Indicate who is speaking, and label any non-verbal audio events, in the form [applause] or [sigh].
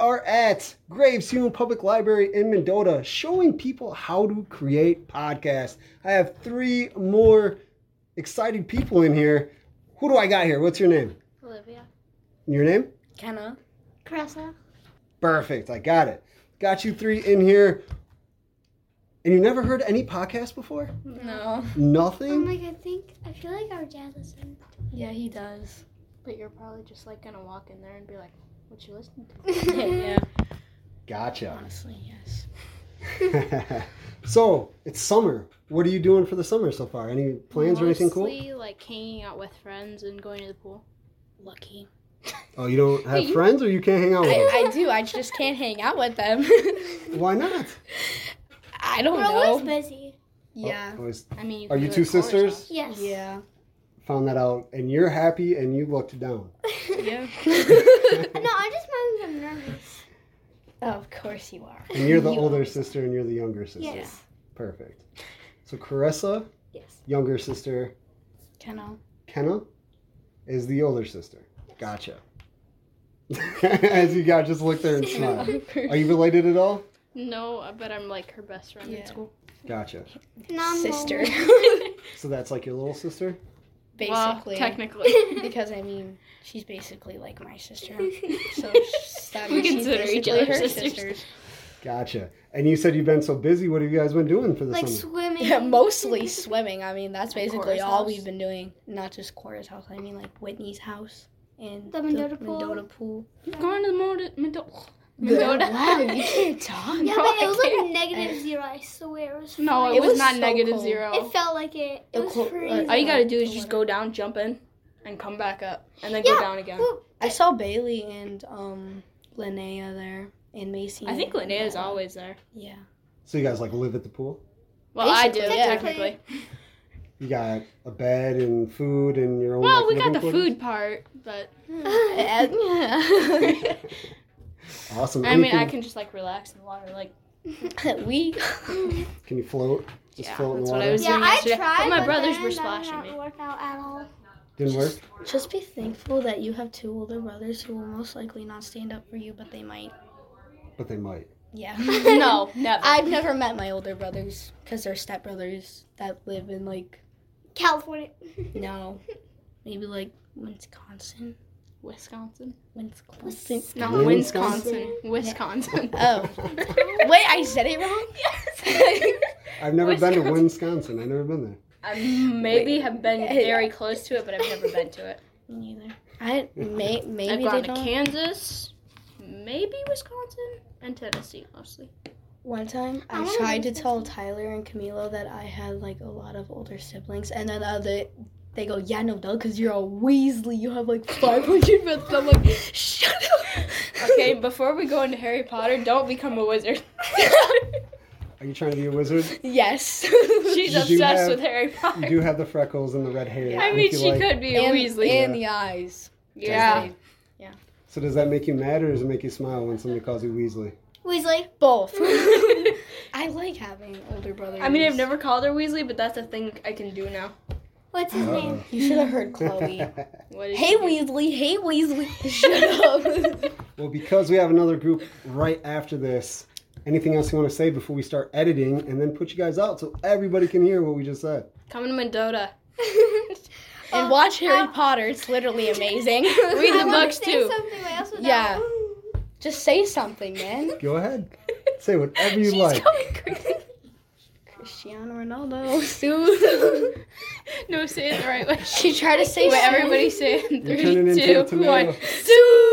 Speaker 1: are at Gravestone Public Library in Mendota showing people how to create podcasts. I have three more excited people in here. Who do I got here? What's your name?
Speaker 2: Olivia.
Speaker 1: Your name?
Speaker 3: Kenna.
Speaker 2: Caressa.
Speaker 1: Perfect. I got it. Got you three in here. And you never heard any podcast before?
Speaker 3: No.
Speaker 1: Nothing?
Speaker 3: Oh
Speaker 2: I'm like, I think, I feel like our dad
Speaker 4: [laughs]
Speaker 2: listened.
Speaker 3: Yeah, he does.
Speaker 4: But you're probably just like gonna walk in there and be like, "What you listening to?"
Speaker 2: [laughs]
Speaker 3: yeah.
Speaker 1: Gotcha.
Speaker 3: Honestly, yes.
Speaker 1: [laughs] so it's summer. What are you doing for the summer so far? Any plans or anything cool?
Speaker 4: Mostly like hanging out with friends and going to the pool.
Speaker 3: Lucky.
Speaker 1: Oh, you don't have
Speaker 3: you-
Speaker 1: friends or you can't hang out with
Speaker 3: I, I do. I just can't hang out with them. [laughs]
Speaker 1: them? Why not?
Speaker 3: I
Speaker 4: Oh,
Speaker 3: don't
Speaker 2: We're always
Speaker 3: know.
Speaker 2: busy.
Speaker 3: Yeah.
Speaker 1: Oh, I was-
Speaker 4: I mean, you
Speaker 1: Are
Speaker 4: could
Speaker 1: you
Speaker 4: do
Speaker 1: two
Speaker 4: it at Cora's
Speaker 1: sisters?
Speaker 4: house.
Speaker 2: Yes. [laughs]
Speaker 3: Yeah.
Speaker 1: found that out and you're happy and you looked down.
Speaker 3: Yeah.
Speaker 2: no, I just mind I'm nervous.
Speaker 3: [laughs] of course you are.
Speaker 1: And you're the
Speaker 3: You
Speaker 1: older sister and you're the younger sister.
Speaker 2: Yes.
Speaker 1: Perfect. So Caressa,
Speaker 2: Yes.
Speaker 1: younger sister,
Speaker 3: Kenna.
Speaker 1: Kenna is the older sister. Gotcha. [laughs] As you got just looked
Speaker 3: [laughs]
Speaker 1: there and smiled. Are you related at all?
Speaker 4: No, but I'm like her best friend
Speaker 3: Yeah.
Speaker 4: in school.
Speaker 1: Gotcha.
Speaker 2: Now I'm
Speaker 3: Sister.
Speaker 2: lonely.
Speaker 1: So that's like your little sister?
Speaker 3: basically.
Speaker 4: Well, technically,
Speaker 3: [laughs] because I mean, she's basically like
Speaker 4: [laughs]
Speaker 3: my sister. [laughs] So that
Speaker 4: We
Speaker 3: means she's
Speaker 4: consider each
Speaker 3: basically
Speaker 4: other
Speaker 3: her
Speaker 4: sisters.
Speaker 3: sisters.
Speaker 1: Gotcha. And you said you've been so busy. What have you guys been doing for the
Speaker 2: [laughs] like
Speaker 1: summer?
Speaker 2: swimming.
Speaker 3: [laughs] Yeah, mostly swimming. I mean, that's basically
Speaker 4: Cora's
Speaker 3: all
Speaker 4: house.
Speaker 3: we've been doing. Not just Cora's house. I mean, like Whitney's house and
Speaker 2: The Mendota pool.
Speaker 3: Mendota pool.
Speaker 4: you've gone to the Mendota. Mendo- Mendota.
Speaker 3: [laughs] Wow, you can't talk.
Speaker 2: Yeah,
Speaker 4: No,
Speaker 2: but
Speaker 4: I
Speaker 2: it was
Speaker 4: [laughs]
Speaker 2: like
Speaker 4: can't.
Speaker 2: negative zero. I swear it was.
Speaker 3: [laughs]
Speaker 4: No, it,
Speaker 2: freezing.
Speaker 3: It
Speaker 4: was, uh,
Speaker 3: was
Speaker 4: not
Speaker 3: so
Speaker 4: negative
Speaker 3: cold.
Speaker 4: zero.
Speaker 2: It felt like it. It
Speaker 3: The
Speaker 2: was
Speaker 3: cold- like,
Speaker 2: freezing.
Speaker 4: all you gotta do is just go down, jump in, and come back up, and then
Speaker 2: Yeah.
Speaker 4: go down again. [laughs]
Speaker 2: Well,
Speaker 3: I saw Bailey and um Linnea there and Macy.
Speaker 4: I think
Speaker 3: and-
Speaker 4: Linnea is always there. [laughs]
Speaker 3: Yeah. [laughs]
Speaker 1: So you guys like live at the pool?
Speaker 4: Well, I do
Speaker 3: Basically,
Speaker 2: yeah.
Speaker 4: technically.
Speaker 1: You got a bed and food and your own.
Speaker 4: Well,
Speaker 1: like,
Speaker 4: we got
Speaker 1: living
Speaker 4: the
Speaker 1: quarters?
Speaker 4: food part, but
Speaker 3: Uh, yeah.
Speaker 1: Awesome.
Speaker 4: I mean, I
Speaker 1: Anything-
Speaker 4: can just like relax in the water,
Speaker 3: [laughs]
Speaker 4: like [laughs]
Speaker 3: [laughs] we
Speaker 1: Can you float? Just
Speaker 4: Yeah,
Speaker 1: float in
Speaker 4: that's
Speaker 1: the
Speaker 4: what I
Speaker 1: water.
Speaker 4: was-
Speaker 2: yeah,
Speaker 4: doing
Speaker 2: I
Speaker 4: yesterday,
Speaker 2: tried.
Speaker 4: but my
Speaker 2: but
Speaker 4: brothers
Speaker 2: then
Speaker 4: were
Speaker 2: that did
Speaker 4: splashing
Speaker 2: not
Speaker 4: me.
Speaker 2: Work out at all.
Speaker 1: Didn't work.
Speaker 3: just be thankful that you have two older brothers who will most likely not stand up for you, but they might.
Speaker 1: But they might.
Speaker 3: [laughs] Yeah.
Speaker 4: no, never.
Speaker 3: I've never met my older brothers because they're stepbrothers that live in like
Speaker 2: California. [laughs]
Speaker 3: no, maybe like Wisconsin.
Speaker 4: Wisconsin.
Speaker 3: Wisconsin.
Speaker 4: Not
Speaker 1: Wisconsin?
Speaker 4: Wisconsin. Wisconsin.
Speaker 1: [laughs]
Speaker 3: Oh. Wait, I said it [laughs] wrong.
Speaker 1: I've never been to
Speaker 4: Wisconsin.
Speaker 1: Wisconsin. I've never been
Speaker 4: I maybe have been
Speaker 3: Wait.
Speaker 4: very close to it, but I've never been to it.
Speaker 3: [laughs] Neither. I may maybe
Speaker 4: I've
Speaker 3: they
Speaker 4: gone to
Speaker 3: don't.
Speaker 4: Kansas, maybe Wisconsin, and Tennessee
Speaker 3: [laughs]
Speaker 4: mostly.
Speaker 3: One time, I,
Speaker 2: I wanna
Speaker 3: tried to
Speaker 2: go
Speaker 3: tell Tyler and Camilo that I had like a lot of older siblings, and then the other, they go, "Yeah, no, duh, because you're a Weasley. You have like [laughs] 500 brothers." I'm like, "Shut up."
Speaker 4: Okay, before we go into Harry Potter, don't become a wizard. [laughs]
Speaker 1: there. Are you trying to be a wizard?
Speaker 3: [laughs] yes.
Speaker 4: She's
Speaker 1: You do
Speaker 4: obsessed
Speaker 1: have-
Speaker 4: with Harry
Speaker 1: You
Speaker 4: Potter.
Speaker 1: do have the freckles and the red hair.
Speaker 4: I
Speaker 1: Don't
Speaker 4: mean,
Speaker 1: you
Speaker 4: she
Speaker 1: like-
Speaker 4: could be a
Speaker 3: and,
Speaker 4: Weasley.
Speaker 3: and the eyes.
Speaker 1: [laughs]
Speaker 4: yeah.
Speaker 3: Just
Speaker 1: So does that make you mad, or does it make you smile when somebody calls you Weasley? [laughs]
Speaker 2: Weasley.
Speaker 4: [laughs]
Speaker 3: Both. I like having older brothers.
Speaker 4: I mean, I've never called her Weasley, but that's a thing I can do now.
Speaker 2: What's his name?
Speaker 3: You should have heard
Speaker 1: [laughs]
Speaker 3: Chloe.
Speaker 4: What is
Speaker 3: hey, Weasley. Hey, Weasley. [laughs] Shut up. [laughs]
Speaker 1: well, because we have another group right after this. Anything else you want to say before we start editing and then put you guys out so everybody can hear what we just said?
Speaker 4: Coming to Mendota.
Speaker 3: [laughs]
Speaker 4: [laughs]
Speaker 3: and watch Harry Potter. It's literally amazing. [laughs]
Speaker 4: Read
Speaker 2: I
Speaker 4: the
Speaker 2: wanna
Speaker 4: books
Speaker 2: say
Speaker 4: too.
Speaker 2: something, but I also don't.
Speaker 3: Yeah. Just say something, man.
Speaker 1: Go
Speaker 4: [laughs]
Speaker 1: ahead, say whatever you
Speaker 3: She's
Speaker 1: like.
Speaker 3: going crazy. Cristiano Ronaldo. Sue.
Speaker 4: No, say it the right way.
Speaker 3: [laughs] she tried to say
Speaker 4: Wait, everybody say it in
Speaker 1: You're
Speaker 4: three,
Speaker 1: turning into
Speaker 4: two,
Speaker 1: a tomato.
Speaker 4: one. Sue.